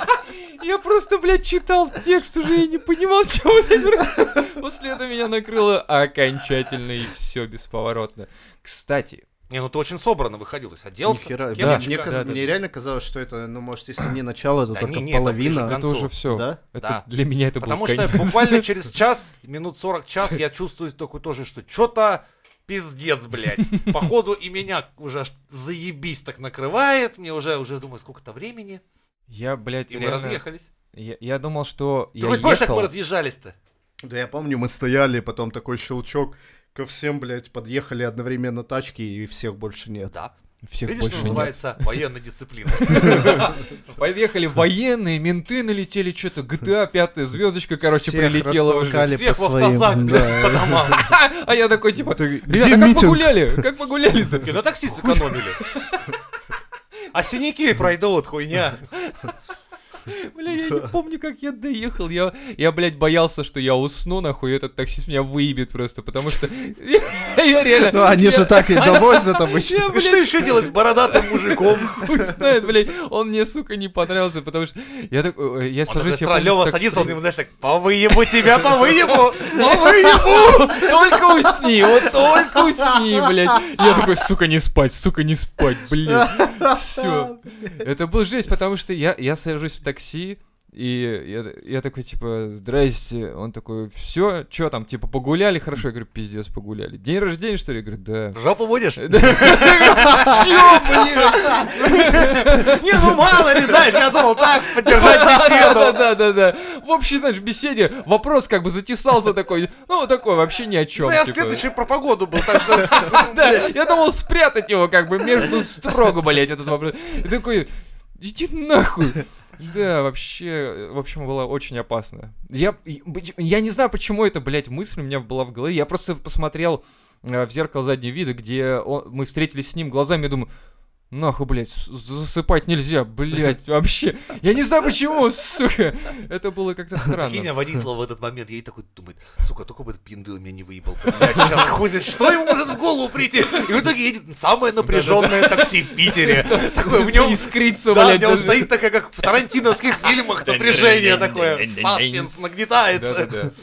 Я просто, блядь, читал текст уже и не понимал, чего, блядь, происходит. После этого меня накрыло окончательно и все бесповоротно. Кстати,
Не, ну ты очень собранно выходил, то есть оделся.
Нихера,
кепочка.
да, мне,
да,
каз-
да,
мне
да.
реально казалось, что это, ну, может, если не начало, то
Да
только
не, не, там ближе к
половина.
концу.
это уже все.
Да?
Это
Да.
для меня это
Потому
был
что
конец.
буквально через час, минут 40 час, я чувствую такой тоже, что что-то пиздец, блядь. Походу и меня уже аж заебись так накрывает. Мне уже, уже думаю, сколько-то времени.
Я, блядь,
И мы
реально...
разъехались.
Я, я думал, что
Ты
я
хоть помнишь, как мы
ехал...
разъезжались-то?
Да я помню, мы стояли, потом такой щелчок, ко всем, блядь, подъехали одновременно тачки, и всех больше нет.
Да.
Всех
Видишь, что
больше нет.
называется военная дисциплина.
Поехали военные, менты налетели, что-то GTA 5 звездочка, короче,
Всех
прилетела уже.
растолкали
Всех
по
в автозак,
своим,
блядь, по
да.
домам.
А я такой, типа,
Ты-
ребята,
где
как
митинг?»
погуляли? Как погуляли-то?
И на такси ну сэкономили. А синяки пройдут, хуйня.
Бля, я не помню, как я доехал. Я, я, блядь, боялся, что я усну, нахуй, и этот таксист меня выебет просто, потому что... Я реально...
Ну, они
я-
же так и довозят обычно.
Я,
И что
блядь,
еще делать с бородатым мужиком?
хуй знает, блядь. Он мне, сука, не понравился, потому что... Я так... э, Я
Он
сажусь, я
такой
помню,
Лева
в такси.
садится, он ему, знаешь, так, по выебу тебя, по выебу, по выебу.
Ну, Только усни, вот только усни, блядь. Я такой, сука, не спать, сука, не спать, блядь. Все. Это был жесть, потому что я, я сажусь в такси, и я, я такой, типа, здрасте. Он такой, все, что там, типа, погуляли? Хорошо, я говорю, пиздец, погуляли. День рождения, что ли? Я говорю, да.
В жопу будешь?
Чё,
Не, ну мало ли, знаешь, я думал так, поддержать
Да,
беседу.
да, да, да. В общей, знаешь, беседе вопрос как бы затесался такой, ну, такой вообще ни о типа. чем.
Ну, я следующий про погоду был, так что...
Да, я думал спрятать его как бы между строго, блядь, этот вопрос. И такой, иди нахуй. Да, вообще, в общем, было очень опасно. Я, и- поч- я не знаю, почему эта, блядь, мысль у меня была в голове. Я просто посмотрел э, в зеркало заднего вида, где он- мы встретились с ним глазами, я думаю, нахуй, блядь, с- засыпать нельзя, блядь, вообще. Я не знаю, почему, сука. Это было как-то
Прикинь, а
странно.
водитель в этот момент ей такой думает, сука, только бы этот пиндыл меня не выебал. блядь, Сейчас хуй знает, что ему может в голову прийти? И в итоге едет самое напряженное такси в Питере. Такое в нем...
Искрится,
Да, в
блядь.
нем
даже.
стоит такая, как в тарантиновских фильмах, напряжение такое, саспенс нагнетается.
Да-да-да.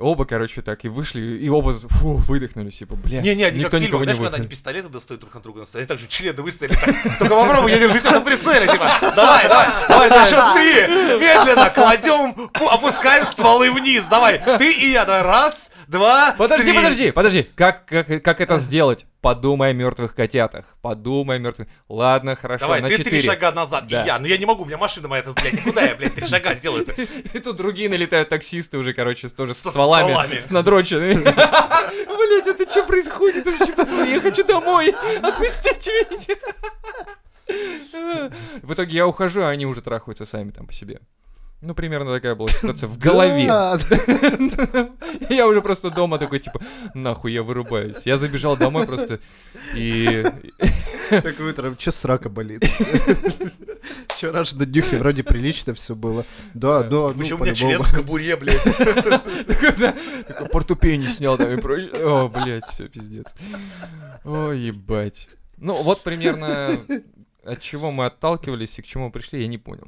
Оба, короче, так и вышли, и оба з- фу, выдохнули, типа, блядь,
Не, не, они
никто
как в фильмах,
никого не
знаешь, когда они
выдохнул.
пистолеты достают друг на друга на столе, они так же члены выставили. так, Только попробуй, я держу тебя на прицеле, типа, давай, давай, давай, на счет ты, медленно кладем, пу- опускаем стволы вниз, давай, ты и я, давай, раз, два,
Подожди,
три.
подожди, подожди, как, как, как это сделать? Подумай о мертвых котятах, подумай о мертвых... Ладно, хорошо,
Давай,
на
ты три
четыре.
шага назад,
Да.
и я, но я не могу, у меня машина моя тут, блядь, куда я, блядь, три шага сделаю-то?
И тут другие налетают таксисты уже, короче, с- тоже с
Со
стволами,
стволами.
с надроченными. Блять, это что происходит вообще, пацаны? Я хочу домой, отпустите меня. В итоге я ухожу, а они уже трахаются сами там по себе. Ну, примерно такая была ситуация в голове.
Да.
Я уже просто дома такой, типа, нахуй я вырубаюсь. Я забежал домой просто и...
Так утром, че срака болит? Вчера же до днюхи вроде прилично все было. Да, да, ну,
Почему у меня член
по-любому.
в кобуре, блядь?
такой, да, такой портупей не снял там и прочее. О, блядь, все, пиздец. О, ебать. Ну, вот примерно от чего мы отталкивались и к чему пришли, я не понял.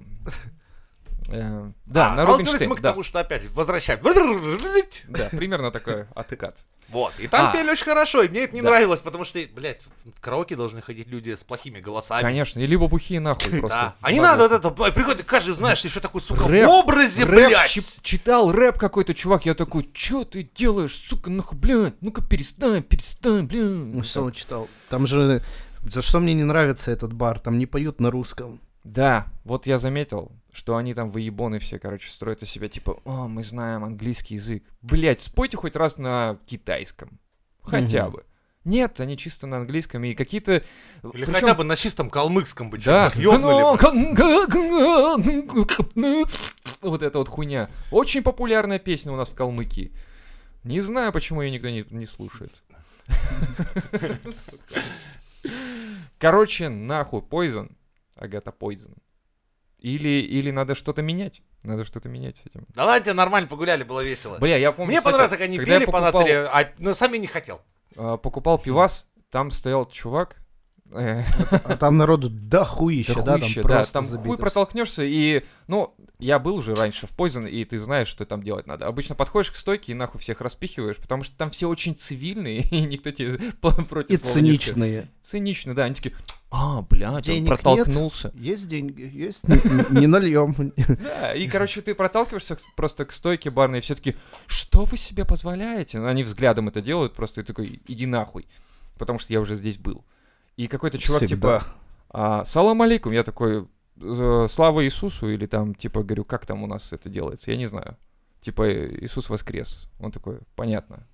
Э, Да,
А,
на
толкнулись
Рубинштейн,
мы к
да.
тому, что опять возвращаем.
Да, примерно такой откат.
Вот, и там
А.
пели очень хорошо, и мне это не
Да.
нравилось, потому что, блядь, в караоке должны ходить люди с плохими голосами.
Конечно, и либо бухие нахуй просто.
А Да. А не надо вот это, б- приходит, каждый знаешь, еще такой, сука,
Рэп.
в образе,
Рэп
блядь.
чи- читал рэп какой-то чувак, я такой, чё ты делаешь, сука, нахуй, блядь, ну-ка перестань, перестань, блядь.
Ну, что он читал? Там же... За что мне не нравится этот бар? Там не поют на русском.
Да, вот я заметил, что они там выебоны все, короче, строят из себя, типа, о, мы знаем английский язык. Блять, спойте хоть раз на китайском. Хотя
Мгм.
бы. Нет, они чисто на английском, и какие-то...
Или
причём-
хотя бы на чистом калмыкском бы
Да, ну
чё-нибудь ёбнули бы.
вот эта вот хуйня. Очень популярная песня у нас в Калмыкии. Не знаю, почему ее никто не, не слушает. Сука. Короче, нахуй, Poison, Агата Poison. Или, или надо что-то менять. Надо что-то менять с этим.
Да ладно, тебе нормально погуляли, было весело.
Бля, я помню,
Мне
кстати,
понравилось, как они
когда я
пели по
покупал-
натуре, а но сам я не хотел.
а, покупал пивас, там стоял чувак. э,
А там народу дохуища, да, там
хуище,
просто
там
забито
хуй
всё.
протолкнешься, и, ну, я был уже раньше в Poison, и ты знаешь, что там делать надо. Обычно подходишь к стойке и нахуй всех распихиваешь, потому что там все очень цивильные, и никто тебе по- против
И
слова не скажет.
циничные.
Цинично, да, они такие, а, блядь, он
Денег нет?»
протолкнулся.
Есть деньги, есть, не, не нальем.
Да, и, короче, ты проталкиваешься к- просто к стойке барной, и все таки что вы себе позволяете? Ну, они взглядом это делают просто, и такой, иди нахуй, потому что я уже здесь был. И какой-то чувак,
Всегда.
типа, а, салам алейкум, я такой, «Э, слава Иисусу, или там, типа, говорю, как там у нас это делается, я не знаю. Типа, «Э, Иисус воскрес. Он такой, понятно.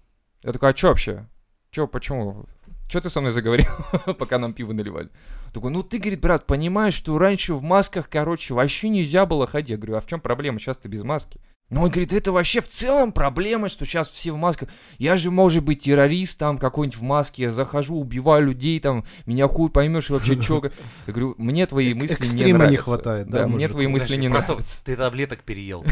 Я такой, а чё вообще? Чё, почему? Чё ты со мной заговорил, пока нам пиво наливали? Такой, ну ты, говорит, брат, понимаешь, что раньше в масках, короче, вообще нельзя было ходить. Я говорю, а в чем проблема? Сейчас ты без маски. Ну, он говорит, это вообще в целом проблема, что сейчас все в масках. Я же, может быть, террорист там какой-нибудь в маске, я захожу, убиваю людей там, меня хуй поймешь и вообще чё. как». Я говорю, мне твои мысли не
Э, экстрима не
нравятся.
хватает, да,
мне
мужик?
твои мысли не
Просто
нравятся.
Ты таблеток переел.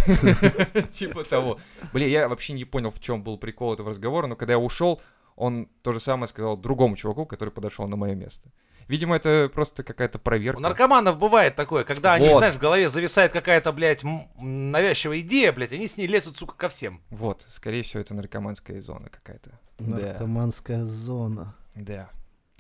Типа того. Блин, я вообще не понял, в чем был прикол этого разговора, но когда я ушел, он то же самое сказал другому чуваку, который подошел на мое место. Видимо, это просто какая-то
У
проверка.
наркоманов бывает такое, когда они,
Вот.
знаешь, в голове зависает какая-то, блядь, м- м, навязчивая идея, блядь, они с ней лезут, сука, ко всем.
Вот, скорее всего, это наркоманская зона какая-то. Да.
Наркоманская зона.
Да.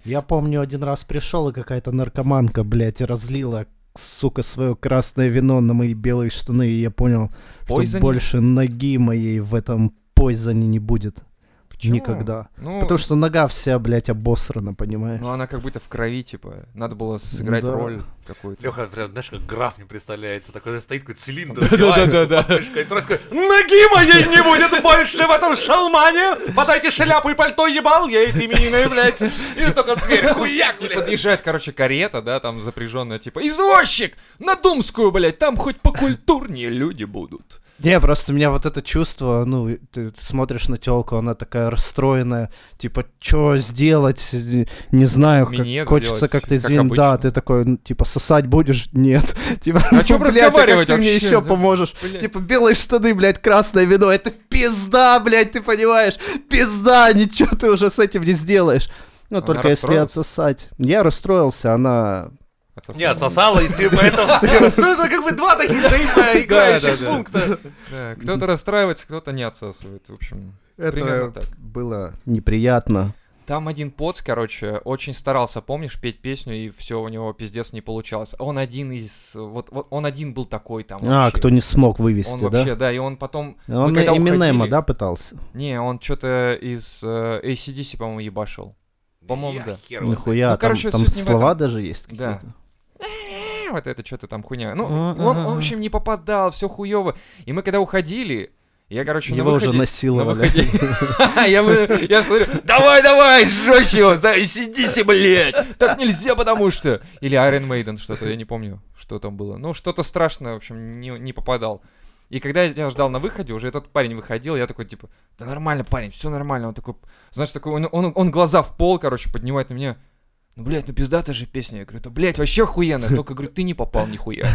Я помню, один раз пришел, и какая-то наркоманка, блядь, разлила, сука, свое красное вино на мои белые штаны, и я понял, что
Пойзоне?
больше ноги моей в этом пойзоне не будет.
Почему?
Никогда.
Ну,
Потому что нога вся, блядь, обосрана, понимаешь?
ну, она как будто в крови, типа. Надо было сыграть
Ну Да.
роль какую-то.
Леха, прям, знаешь, как граф не представляется, такой знаешь, стоит такой цилиндр,
Да-да-да-да.
подмышкой, и тростью, ноги моей не будет больше в этом шалмане, подайте шляпу и пальто, ебал, я эти минины, блядь, и только дверь, хуяк,
И
блядь.
подъезжает, короче, карета, да, там запряженная, типа, извозчик! На Думскую, блядь, там хоть покультурнее люди будут.
Не, просто у меня вот это чувство, ну, ты смотришь на телку, она такая расстроенная, типа, что сделать, Э, не знаю, как-
Минет
хочется
сделать,
как-то
как
извинить,
обычно.
да, ты такой, ну, типа, сосать будешь? Нет. Типа,
А чё
«Ну, блядь, а как
разговаривать
ты мне
вообще?
еще
Да,
поможешь?
блядь.
Типа, белые штаны, блядь, красное вино, это пизда, блядь, ты понимаешь, пизда, ничего ты уже с этим не сделаешь. Ну,
Она
только если
расстроилась?
отсосать. Я расстроился, она...
Отсосал.
Не, отсосала, и ты поэтому... Ну, это как бы два таких взаимоиграющих
Да-да-да.
пункта.
Да, кто-то расстраивается, кто-то не отсасывает, в общем. Примерно
Это
так.
было неприятно.
Там один поц, короче, очень старался, помнишь, петь песню, и все у него пиздец не получалось. Он один из... Вот, вот он один был такой там
А,
вообще.
кто не смог вывести,
Он
да?
вообще, да? и он потом... мы
Он на
когда
Эминема,
уходили-
да, пытался?
Не, он что-то из э, ACDC, по-моему, ебашил. По-моему,
Я
да.
хер его знает.
Нихуя,
Ну,
там-
короче,
там
суть не в
слова даже есть
Да.
какие-то.
«Э, Вот это что-то там хуйня. Ну,
А,
он,
а,
он,
а.
в общем, не попадал, все хуево. И мы когда уходили, я, короче, на
Его уже
выходе- на
насиловали.
выходе... Я вы- я смотрю, давай, давай, сжечь его, за- сидите, блядь. Так нельзя, потому что... Или Iron Maiden что-то, я не помню, что там было. Ну, что-то страшное, в общем, не, не попадал. И когда я тебя ждал на выходе, уже этот парень выходил, я такой, типа, да нормально, парень, все нормально. Он такой, знаешь, такой, он, он, он глаза в пол, короче, поднимает на меня. Ну, блядь, ну пиздатая же песня. Я говорю, да, блядь, вообще охуенно. Только, говорю, ты не попал нихуя.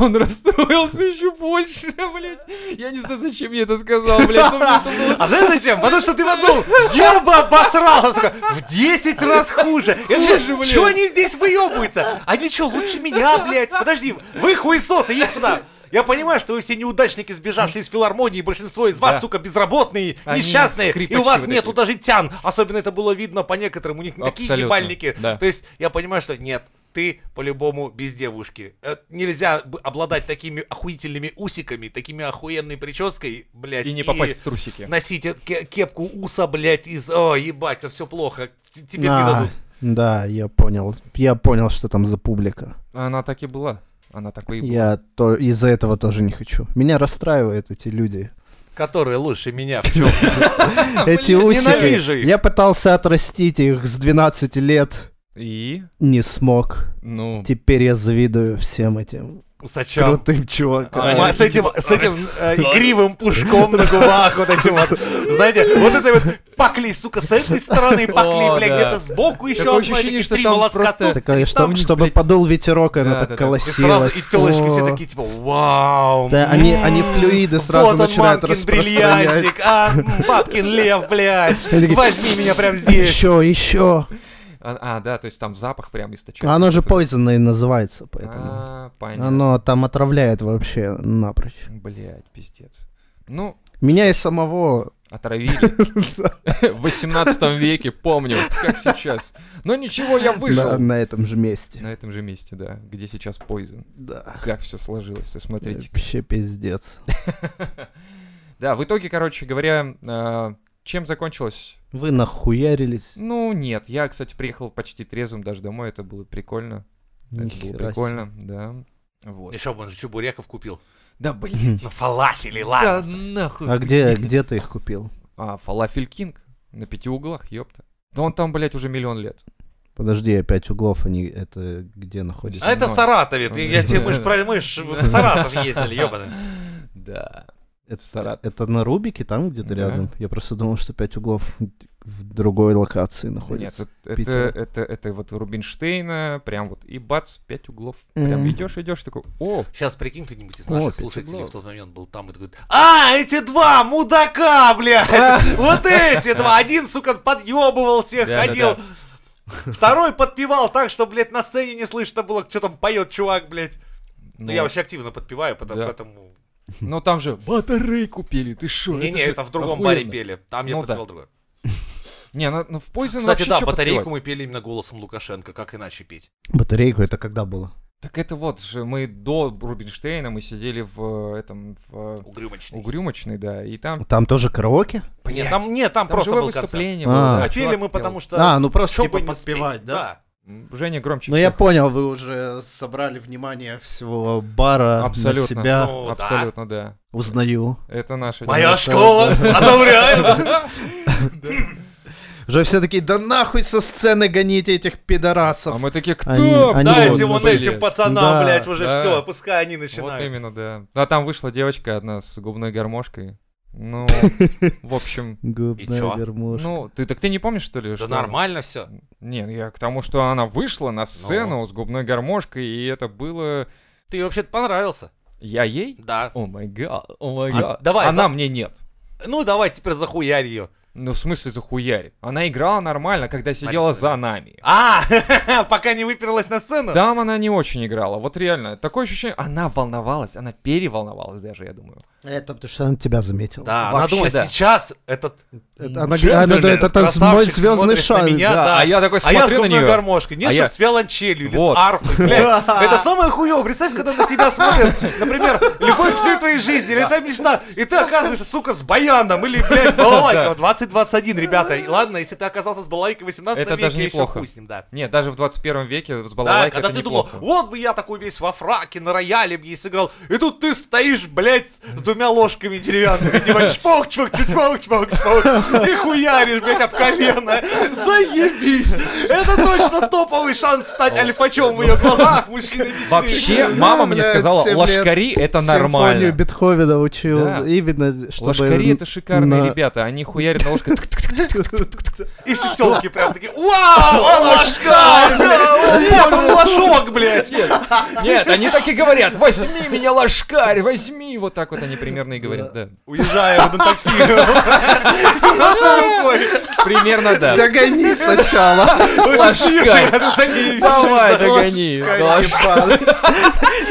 Он расстроился еще больше, блядь. Я не знаю, зачем я это сказал, блядь. ну, но мне это было
А знаешь зачем? Потому что ты подумал, я бы обосрался, сука, в 10 раз хуже.
Хуже, блин.
Чего они здесь выебываются? Они что, лучше меня, блядь? Подожди, вы хуесосы, иди сюда. Я понимаю, что вы все неудачники, сбежавшие из филармонии, большинство из вас,
Да.
сука, безработные,
Они
несчастные, и
скрипачи
у вас
вот
нету
эти.
даже тян. Особенно это было видно по некоторым, у них такие
Абсолютно,
ебальники.
да.
То есть я понимаю, что нет, ты по-любому без девушки. Э, Нельзя б- обладать такими охуительными усиками, такими охуенной прической, блядь.
И не попасть в трусики.
Носить э- ке- кепку уса, блядь, из... О, ебать, все плохо. Т- Тебе не
А,
дадут.
Да, я понял. Я понял, что там за публика.
Она так и была. Она такой и
Я то, из-за этого тоже не хочу. Меня расстраивают эти люди.
Которые лучше меня в чем
была.
Эти
Блин,
усики.
ненавижу их.
Я пытался отрастить их с 12 лет.
И?
Не смог.
Ну,
Теперь я завидую всем этим
Усачам.
крутым чувакам.
А,
Ма-
они
с этим,
такие,
с этим
«Ац,
э,
ац».
игривым пушком на губах, вот этим вот, знаете, вот это вот пакли, сука, с этой стороны, пакли,
О,
бля,
да.
где-то сбоку еще
Такое
одно,
ощущение,
этих
что
три
там
волоска
просто
тут,
Такое,
и
что-
там,
чтобы
блядь.
подул ветерок, и
Да,
она
да, да. И
так
сразу
и сразу,
колосилась.
и телочки все
О.
такие, типа, вау.
Да, они, они флюиды сразу
вот он,
начинают
мамкин
распространять.
бриллиантик, а, м, бабкин лев, блядь,
Они такие,
возьми меня прям здесь.
Еще, еще.
а, а, да, то есть там запах прям источается.
Оно же
который-
poison и называется, поэтому.
А, понятно.
Оно там отравляет вообще напрочь.
Блять, пиздец. Ну,
Меня и самого...
отравили. В 18 веке, помню, как сейчас. Но ничего, я
На,
выжил.
на этом же месте.
На этом же месте, да, где сейчас Poison.
Да.
Как все сложилось, смотрите.
Вообще пиздец.
Да, в итоге, короче говоря, э, чем закончилось?
Вы нахуярились?
Ну, нет, я, кстати, приехал почти трезвым даже домой, это было прикольно. Это было
Нихера
прикольно, да. Вот.
Еще бы он же чебуреков купил.
Да, блин.
На фалафеле,
Да
ладно.
себе.
нахуй.
А где, где ты их купил?
А, Фалафель Кинг на пяти углах, ёпта. Да он там, блядь, уже миллион лет.
Подожди, опять углов, они это где находятся?
А это в Саратове, ты- я тебе, мы ж про- мы ж в Саратов ездили, ебаный.
Да.
Это,
Саратов.
это на Рубике, там где-то
Да.
рядом? Я просто думал, что пять углов в другой локации
Нет,
находится.
это, это,
Питера.
это, это вот Рубинштейна, прям вот и бац, пять углов. Прям
Мгм.
идешь, идешь, такой, о,
Сейчас прикинь, кто-нибудь из
Ну,
О,
наших
пять
слушателей
углов.
в тот момент был там и такой, а, эти два мудака, блядь, вот эти два, один, сука, подъебывал всех,
Да-да-да.
ходил, второй подпевал так, что, блядь, на сцене не слышно было, что там поет чувак, блядь. Ну, я вообще активно подпеваю, потом-
Да.
поэтому...
но ну, там же батарей купили, ты шо?
Не-не,
Ну, же
это в другом
охуенно».
баре пели, там я
Ну да.
подпевал другое.
Не, ну, ну в Poison
Кстати,
вообще
да,
чё
батарейку мы
подпевать?
пели именно голосом Лукашенко, как иначе петь?
Батарейку это когда было?
Так это вот же, мы до Рубинштейна, мы сидели в э, этом, в э,
Угрюмочный.
Угрюмочной, да, и там,
Там тоже караоке?
Нет,
блядь,
там, нет, там,
там
просто
живое
был концерт.
выступление
А.
было, да,
А пели
чувак
мы
пел.
потому что...
А, ну просто
чтобы
типа
не
подпевать,
спеть,
да?
Женя громче
Ну я
всех.
понял, вы уже собрали внимание всего бара
Абсолютно.
на себя.
Ну, да.
Абсолютно, да.
Узнаю.
Это наша...
Моя
тема.
школа одобряет.
Уже все такие, да нахуй со сцены гоните этих
А
пидорасов.
мы такие, кто?
Они- они
блядь,
Дайте вон
блядь?»
этим пацанам,
Да,
блядь, уже
да.
все, пускай они
Вот
начинают.
именно, да. А там вышла девочка одна с губной гармошкой. Ну, в общем,
И чё?
Губная гармошка.
ну, ты так ты не помнишь, что ли?
Да
что-
нормально Ну все.
Не, я к тому, что она вышла на сцену с губной гармошкой, и это было...
Ты ей вообще-то понравился.
Я ей?
Да.
О май гад, о май
А,
гад.
давай,
Она
за-
мне нет.
Ну давай теперь захуярь ее.
Ну, в смысле захуярь? Она играла нормально, когда сидела за нами.
А, пока не выперлась на сцену?
Там она не очень играла, вот реально. Такое ощущение, она волновалась, она переволновалась даже, я думаю.
Это потому что она тебя заметила.
Да, она
Вообще,
думала,
да.
сейчас этот
Это, она,
Джентльмен,
она думает, это с- мой
красавчик смотрит
звездный
на
шар.
меня, да.
А я такой
А я с
смотрю на
губной
нее.
гармошкой. Нет,
А
чтоб
я-
с виолончелью или
Вот.
с арфой, блядь. Это самое хуёвое. Представь, когда на тебя смотрят, например, любовь всей твоей жизни, или твоя мечта, и ты оказываешься, сука, с баяном, или, блядь, балалайка. 20-21, ребята. И Ладно, если ты оказался с балалайкой в 18
Это
веке,
даже
ещё
неплохо.
хуй с ним, да.
Нет, даже в 21 веке с
А? Да,
балалайкой
когда
это
ты думал,
неплохо.
вот бы я такой весь во фраке, на рояле бы ей сыграл, и тут ты стоишь, блядь, с двумя ложками деревянными, типа чпок, чпок, чпок, чпок, чпок, и хуяришь, блядь, об колено. Заебись! Это точно топовый шанс стать альфачом в ее глазах, мужчины мечты.
ну. Вообще,
Да,
мама мне
блядь,
сказала,
семь лет
лошкари это
Симфонию
нормально.
Бетховена учил.
Да.
Именно, чтобы...
Лошкари это шикарные
на-
ребята, они хуярят на ложках.
И сетелки прям такие, вау, он лошкарь, блядь! Нет, он лошок, блядь!
Нет, они так и говорят, возьми меня, лошкарь, возьми. Вот так вот они примерно и говорят, да.
Уезжаем на такси. Махнул рукой.
Примерно да.
Догони сначала.
Лошкарь.
Это такие
Давай, догони. лошкарь.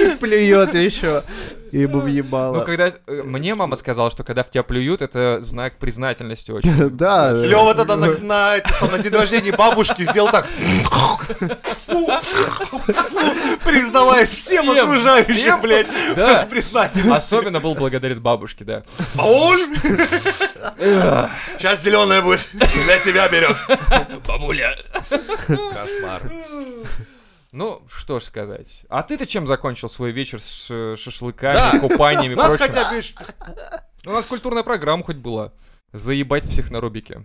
И плюет еще. Ему въебало.
Ну, когда э, мне мама сказала, что когда в тебя плюют, это знак признательности очень.
Да.
Лева тогда на, на, это самое, на день рождения бабушки сделал так. Признаваясь всем,
Всем,
окружающим,
всем.
блядь.
Да.
Признатель.
Особенно был благодарен бабушке, да.
Сейчас зеленая будет. Для тебя берем. Бабуля. Кошмар.
Ну, что ж сказать. А ты-то чем закончил свой вечер с ш- шашлыками,
Да.
купаниями и
Нас
прочим? Ну,
хотя бы... видишь,
У нас культурная программа хоть была. Заебать всех на рубике.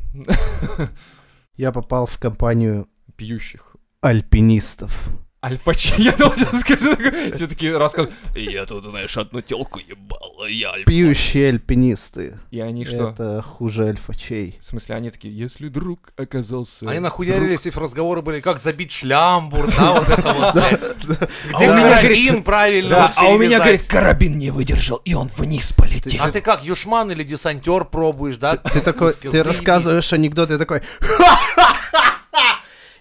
Я попал в компанию
Пьющих.
альпинистов.
Альфачи, я должен сказать. Все такие рассказывают. Я тут, знаешь, одну телку ебал, а я альфа.
Пьющие альпинисты.
И они что?
Это хуже альфачей.
В смысле, они такие, если друг оказался...
Они нахуярились, если разговоры были, как забить шлямбур, да, А вот это вот, блядь. Где
у меня, говорит,
карабин правильно
Да, а у меня,
перевязать?
говорит, карабин не выдержал, и он вниз полетел.
А ты как, юшман или десантер пробуешь, да?
Ты такой, ты
Заебись.
рассказываешь анекдот, и такой...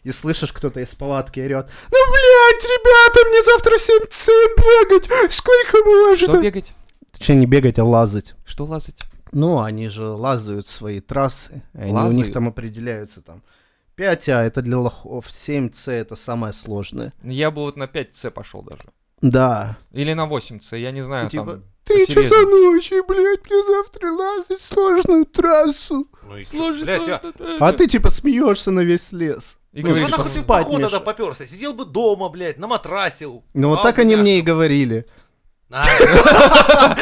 И слышишь, кто-то из палатки орет. Ну, блядь, ребята, мне завтра 7C бегать. Сколько
Что
можно?
бегать?
Точнее, не бегать, а лазать.
Что лазать?
Ну, они же лазают свои трассы. и Они, у
Лазают?
них там определяются там. 5А это для лохов, 7С это самое сложное.
Я бы вот на 5С пошел даже.
Да.
Или на 8С, я не знаю,
И типа,
там...
Три
посерьезнее.
часа ночи, блядь, мне завтра лазать сложную трассу.
Ну и чё,
Сложно,
блядь, я-
сложно, да,
А
да.
ты типа смеешься на весь лес.
И
Ну,
говоришь,
нахуй
потом,
ты в
спать
поход
мешает.
тогда попёрся? Сидел бы дома, блядь, на матрасе.
Ну вот
А,
так они
бля.
мне и говорили.
А,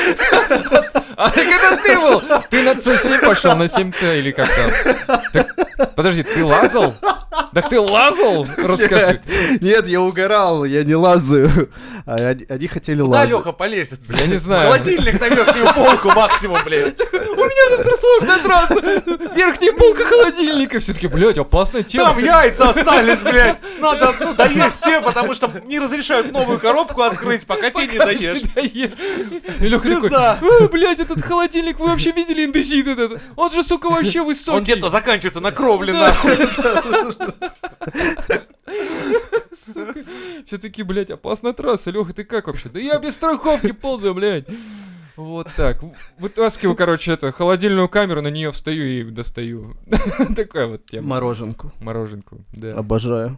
А так это ты был! Ты на С7 пошел, на 7С или как там? Так, Подожди, ты лазал? Так ты лазал? Расскажи.
Нет, я угорал, я не лазаю. А они, они хотели
Да,
лазать.
Леха полезет, блядь.
Я не знаю.
Холодильник на верхнюю полку максимум, блядь.
Это сложная трасса. Верхняя полка холодильника. Все-таки, блядь, опасная тема.
Там яйца остались, блядь. Надо ну, доесть те, потому что не разрешают новую коробку открыть, пока те не доешь.
И Лёха такой,
Пизда.
«Э, блядь, этот холодильник, вы вообще видели индезит этот? Он же, сука, вообще высокий.
Он где-то заканчивается на кровле,
Да.
нахуй.
Сука. Все такие, блядь, опасная трасса. Леха, ты как вообще? Да я без страховки ползаю, блядь. Вот так. Вытаскиваю, короче, это, холодильную камеру, на нее встаю и достаю. Такая вот тема.
Мороженку.
Мороженку,
А
да.
Обожаю.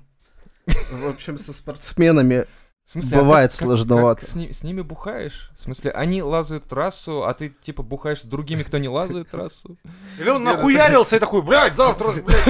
В общем, со спортсменами
В смысле, а
бывает
как- как-
сложновато.
как с, ни- с ними бухаешь? В смысле, они лазают трассу, а ты, типа, бухаешь с другими, кто не лазает трассу?
Или он нахуярился и такой, блядь, завтра, же, блядь,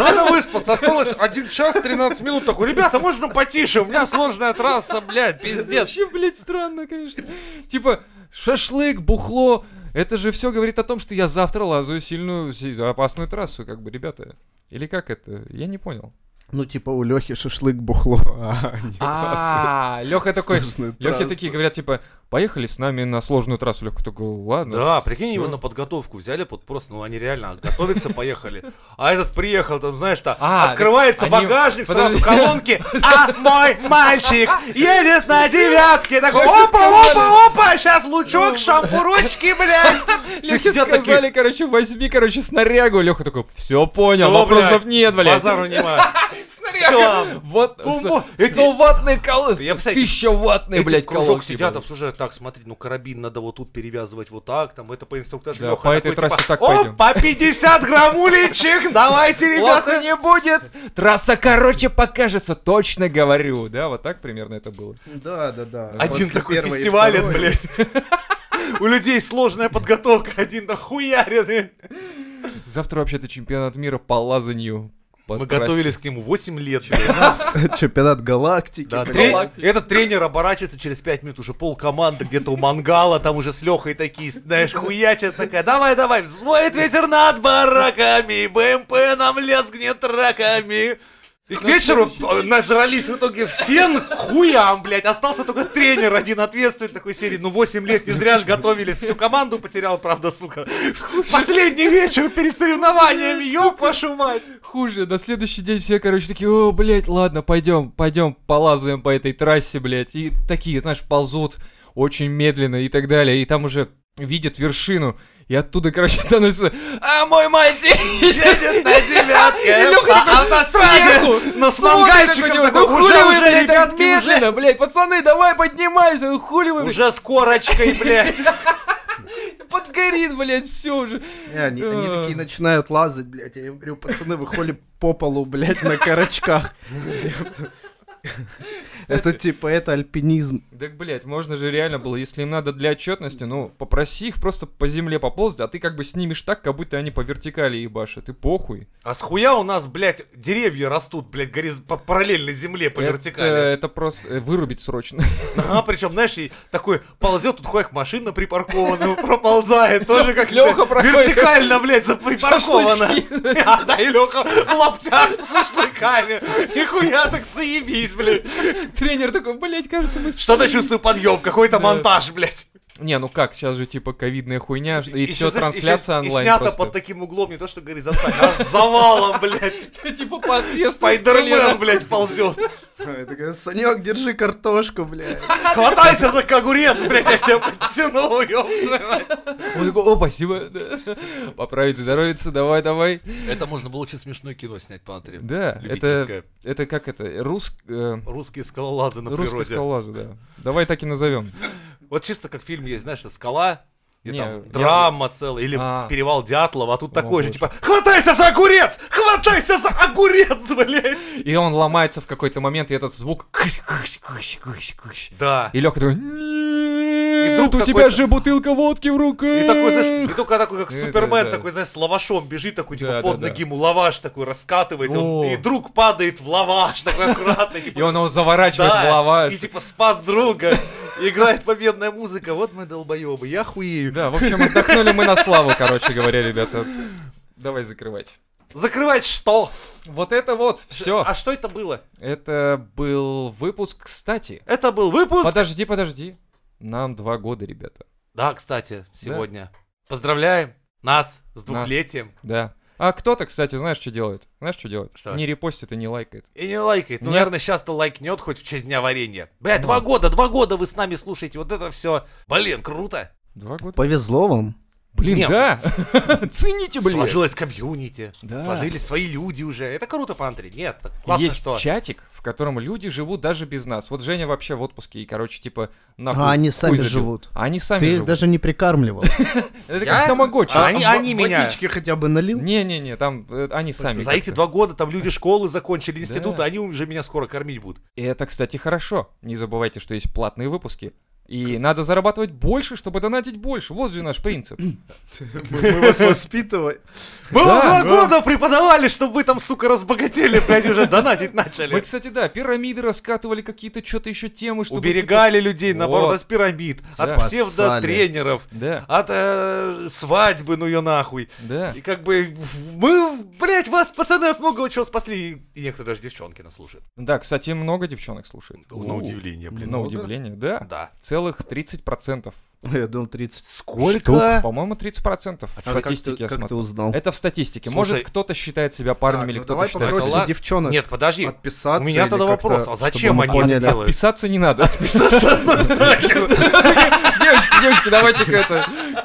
надо выспаться. Осталось 1 час 13 минут. Такой, ребята, можно потише? У меня сложная трасса, блядь, пиздец.
Вообще, блядь, странно, конечно. Типа, шашлык, бухло. Это же все говорит о том, что я завтра лазаю сильную, си- опасную трассу, как бы, ребята. Или как это? Я не понял.
Ну, типа, у Лехи шашлык бухло. А, не лазают.
А, Леха такой...
Сложную
Лехе
трассу.
такие говорят, типа, поехали с нами на сложную трассу. Леха такой, ладно.
Да,
с-
прикинь, его на подготовку взяли, вот просто, ну они реально готовиться поехали. А этот приехал, там, знаешь, то
А,
открывается
они-
багажник, сразу
подожди.
колонки. А мой мальчик едет на девятке. Такой,
Как и
опа,
сказали.
опа, опа, сейчас
Ну,
лучок, шампурочки, блядь. Все
Лехе
сидят
сказали,
такие,
короче, возьми, короче, снарягу. Леха такой, все понял,
«Всё,
вопросов
блядь,
нет, блядь.
Базару нема.
Снаряга.
Всё.
Вот,
Бумбу-
с-
Эти-
100 ватные колос,
Я представляю, эти-
1000 ваттные,
Эти
блядь,
в кружок
колонки,
сидят,
блядь.
обсуждают, так, смотри, ну карабин надо вот тут перевязывать вот так, там, это по инструктажу.
Да,
Лёха
по этой
такой,
трассе
типа,
так пойдём.
Опа, 50 граммулечек, давайте,
Плохо
ребята.
не будет. Трасса короче покажется, точно говорю. Да, вот так примерно это было.
Да, да, да.
Один
После
такой
первой и
фестивален,
второй.
блядь. У людей сложная подготовка, один нахуяренный.
Завтра вообще-то чемпионат мира по лазанию. по
Мы
трассе.
готовились к нему 8 лет.
Чемпионат галактики.
Да,
Типа,
блядь.
тре-
Галактика.
Этот тренер оборачивается через 5 минут, уже пол команды где-то у мангала, там уже с Лехой такие, знаешь, хуячат, такая, давай, давай, взводит ветер над бараками, БМП нам лезгнет раками. И к вечеру э, нажрались в итоге все н- к хуям, блядь. Остался только тренер один ответственный такой серии. Ну, 8 лет, не зря же готовились. Всю команду потерял, правда, сука. Последний вечер перед соревнованиями, ёб вашу мать.
Хуже, на следующий день все, короче, такие, о, блядь, ладно, пойдем, пойдем, полазаем по этой трассе, блядь. И такие, знаешь, ползут очень медленно и так далее. И там уже видят вершину. И оттуда, короче, доносится, а мой мальчик!
едет на девятке,
Лёха
а
такой
автостраде,
сверху
но с
смотрит на
мангальчиком
него,
такой,
ну хули
уже,
вы,
уже,
блядь, так
ребятки, уже,
медленно, блядь, пацаны, давай поднимайся, ну хули вы,
уже с корочкой, блядь.
блядь, подгорит, блядь, все уже.
Не, они, они такие начинают лазать, блядь. Я им говорю, пацаны, вы холи по полу, блядь, на корочках. Это типа, это альпинизм.
Так, блядь, можно же реально было, если им надо для отчетности, ну, попроси их просто по земле поползти, а ты как бы снимешь так, как будто они по вертикали ебашат, и похуй.
А с хуя у нас, блядь, деревья растут, блядь, гориз- по параллельно земле, по
это,
вертикали.
Это просто э, вырубить срочно.
Ага, причем, знаешь, и такой ползет, тут хуяк машина припаркована, проползает, тоже как
Лёха
это,
проходит.
вертикально, блядь, заприпаркована.
Шашлычки.
А, Да, и Леха в лаптях с шашлыками. Нихуя так заебись, блядь.
Тренер такой, блядь, кажется, мы
Что-то
справились».
чувствую подъем, какой-то
Да.
монтаж, блядь.
Не, ну как, сейчас же типа ковидная хуйня, и,
всё,
все,
знаешь,
трансляция
и щас- и
онлайн
снято
просто.
под таким углом, не то что горизонтально, а с завалом, блядь.
Типа по отвесной
Спайдермен,
скале,
блядь, ползет.
Санек, держи картошку, блядь.
Хватайся за огурец, блядь, я тебя подтяну, ёбаный.
да. Он такой, о, спасибо. да. Поправить здоровицу, давай, давай.
Это можно было очень смешное кино снять по Андрею.
Да, это,
Любительское.
это как это, рус, э,
Русские скалолазы на
русские
природе.
скалолазы, да. Давай так и назовем.
Вот чисто как фильм есть, знаешь, скала, и
Не,
там
я-
драма целая, или
А.
перевал Дятлова, а тут такой же,
боже.
типа, хватайся за огурец! Хватайся за огурец, блядь!
И он ломается в какой-то момент, и этот звук... кыщ, кыщ, кыщ, кыщ, кыщ.
Да.
И Лёха такой...
И
«Нет,
друг
у
такой-
тебя же бутылка водки в руке.
И такой, знаешь, и только такой, как
Э,
Супермен,
да, да.
такой, знаешь, с лавашом бежит, такой, типа,
Да,
под
да,
ноги ему лаваш такой раскатывает, и он-
О.
и друг падает в лаваш, такой аккуратный, типа,
И он его заворачивает
да,
в лава.
и типа спас друга, играет победная музыка, вот мы долбоебы, я хуею.
Да, в общем, отдохнули мы на славу, короче говоря, ребята. Давай закрывать.
Закрывать что?
Вот это вот, все.
А что это было?
Это был выпуск, кстати.
Это был выпуск.
Подожди, подожди. Нам два года, ребята.
Да, кстати, сегодня. Поздравляем нас с двухлетием.
Да. А кто-то, кстати, знаешь, что делает? Знаешь, что делает?
Что?
Не репостит и не лайкает.
И не лайкает. Ну,
Нет.
наверное, сейчас-то лайкнет хоть в честь дня варенья. Бля, два года, два года вы с нами слушаете вот это все. Блин, круто.
Два года.
Повезло вам.
Блин,
Не,
да. Цените, блин.
Сложилось комьюнити.
Да.
Сложились свои люди уже. Это круто, Пантри. Нет, так классно,
Есть
что...
чатик, в котором люди живут даже без нас. Вот Женя вообще в отпуске и, короче, типа нахуй.
А они сами
хуй забил.
живут.
А они сами
Ты их
живут.
даже не прикармливал.
Это
Я-
как тамагочи.
А они- они меня...
Водички хотя бы налил.
Не, не, не, там э, они сами.
За
как-то.
эти два года там люди школы закончили, институты,
Да.
они уже меня скоро кормить будут.
И это, кстати, хорошо. Не забывайте, что есть платные выпуски. И надо зарабатывать больше, чтобы донатить больше. Вот же наш принцип.
Мы вас воспитываем.
Мы
Да,
вам два
да.
года преподавали, чтобы вы там, сука, разбогатели, блядь, уже донатить
Мы,
начали.
кстати, да, пирамиды раскатывали какие-то что-то еще темы, чтобы...
Уберегали людей, наоборот,
Вот.
от пирамид, от
Запасали.
псевдотренеров,
типа, Да,
от э, свадьбы, ну ее нахуй.
да.
А,
И как бы мы, блядь, вас, пацаны, от многого чего спасли. И некоторые даже девчонки нас слушают.
Да, кстати, много девчонок слушает.
На удивление, блин.
На удивление, ну да.
Да.
Целых 30%.
Ну, Я думал, 30.
Сколько?
По-моему, 30% в
А как ты-
статистике я
Как ты
смотрю.
узнал?
Это в статистике.
Слушай,
Может, кто-то считает себя парнем
Так,
или
ну
кто-то
давай
считает...
попросим
себя-
попросим девчонок
Нет, подожди.
подписаться.
У меня
или
тогда
как-то,
вопрос, а зачем
чтобы
они
мы
это
поняли?
делают?
Писаться не надо.
Интересно,
Девочки, девочки, давайте-ка это...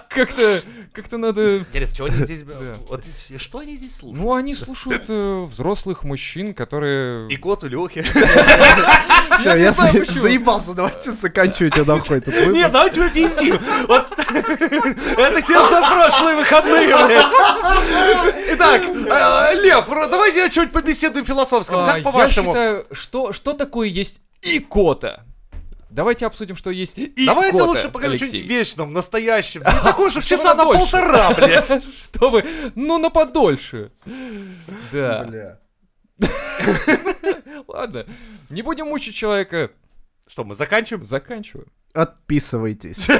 Как-то... Как-то надо
чего они здесь...
Да.
Вот эти- что они здесь слушают?
Ну, они слушают э, взрослых мужчин, которые...
И коту Лехи.
Всё,
не
я
знаю,
за-
почему.
заебался, давайте заканчивайте нахуй этот выпуск.
Нет, давайте мы пиздим. Вот это те за прошлые выходные, блядь. Итак, э, Лев, р- давайте о чем-нибудь побеседуем философском.
А,
Как
Я
по-вашему?
считаю, что, что такое есть икота? Давайте обсудим, что есть икота,
Давайте лучше поговорим о
Алексей.
чем-нибудь вечном, настоящем. Не такое, чтобы
Чтобы
часа на
подольше.
полтора, блядь.
Что вы? Ну, на подольше. Да.
Бля.
Ладно. Не будем мучить человека.
Что, мы заканчиваем?
Заканчиваю.
Отписывайтесь.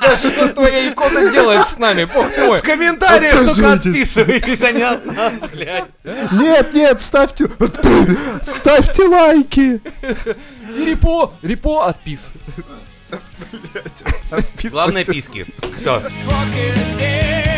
Да что твоя икота делает с нами, бог ты мой.
В комментариях только
Отказывайтесь.
отписывайтесь, а не от нас, блядь.
Нет, нет, ставьте... Ставьте лайки.
И репо, репо отпис.
Отписывайтесь.
писки. Все.
Truck is dead.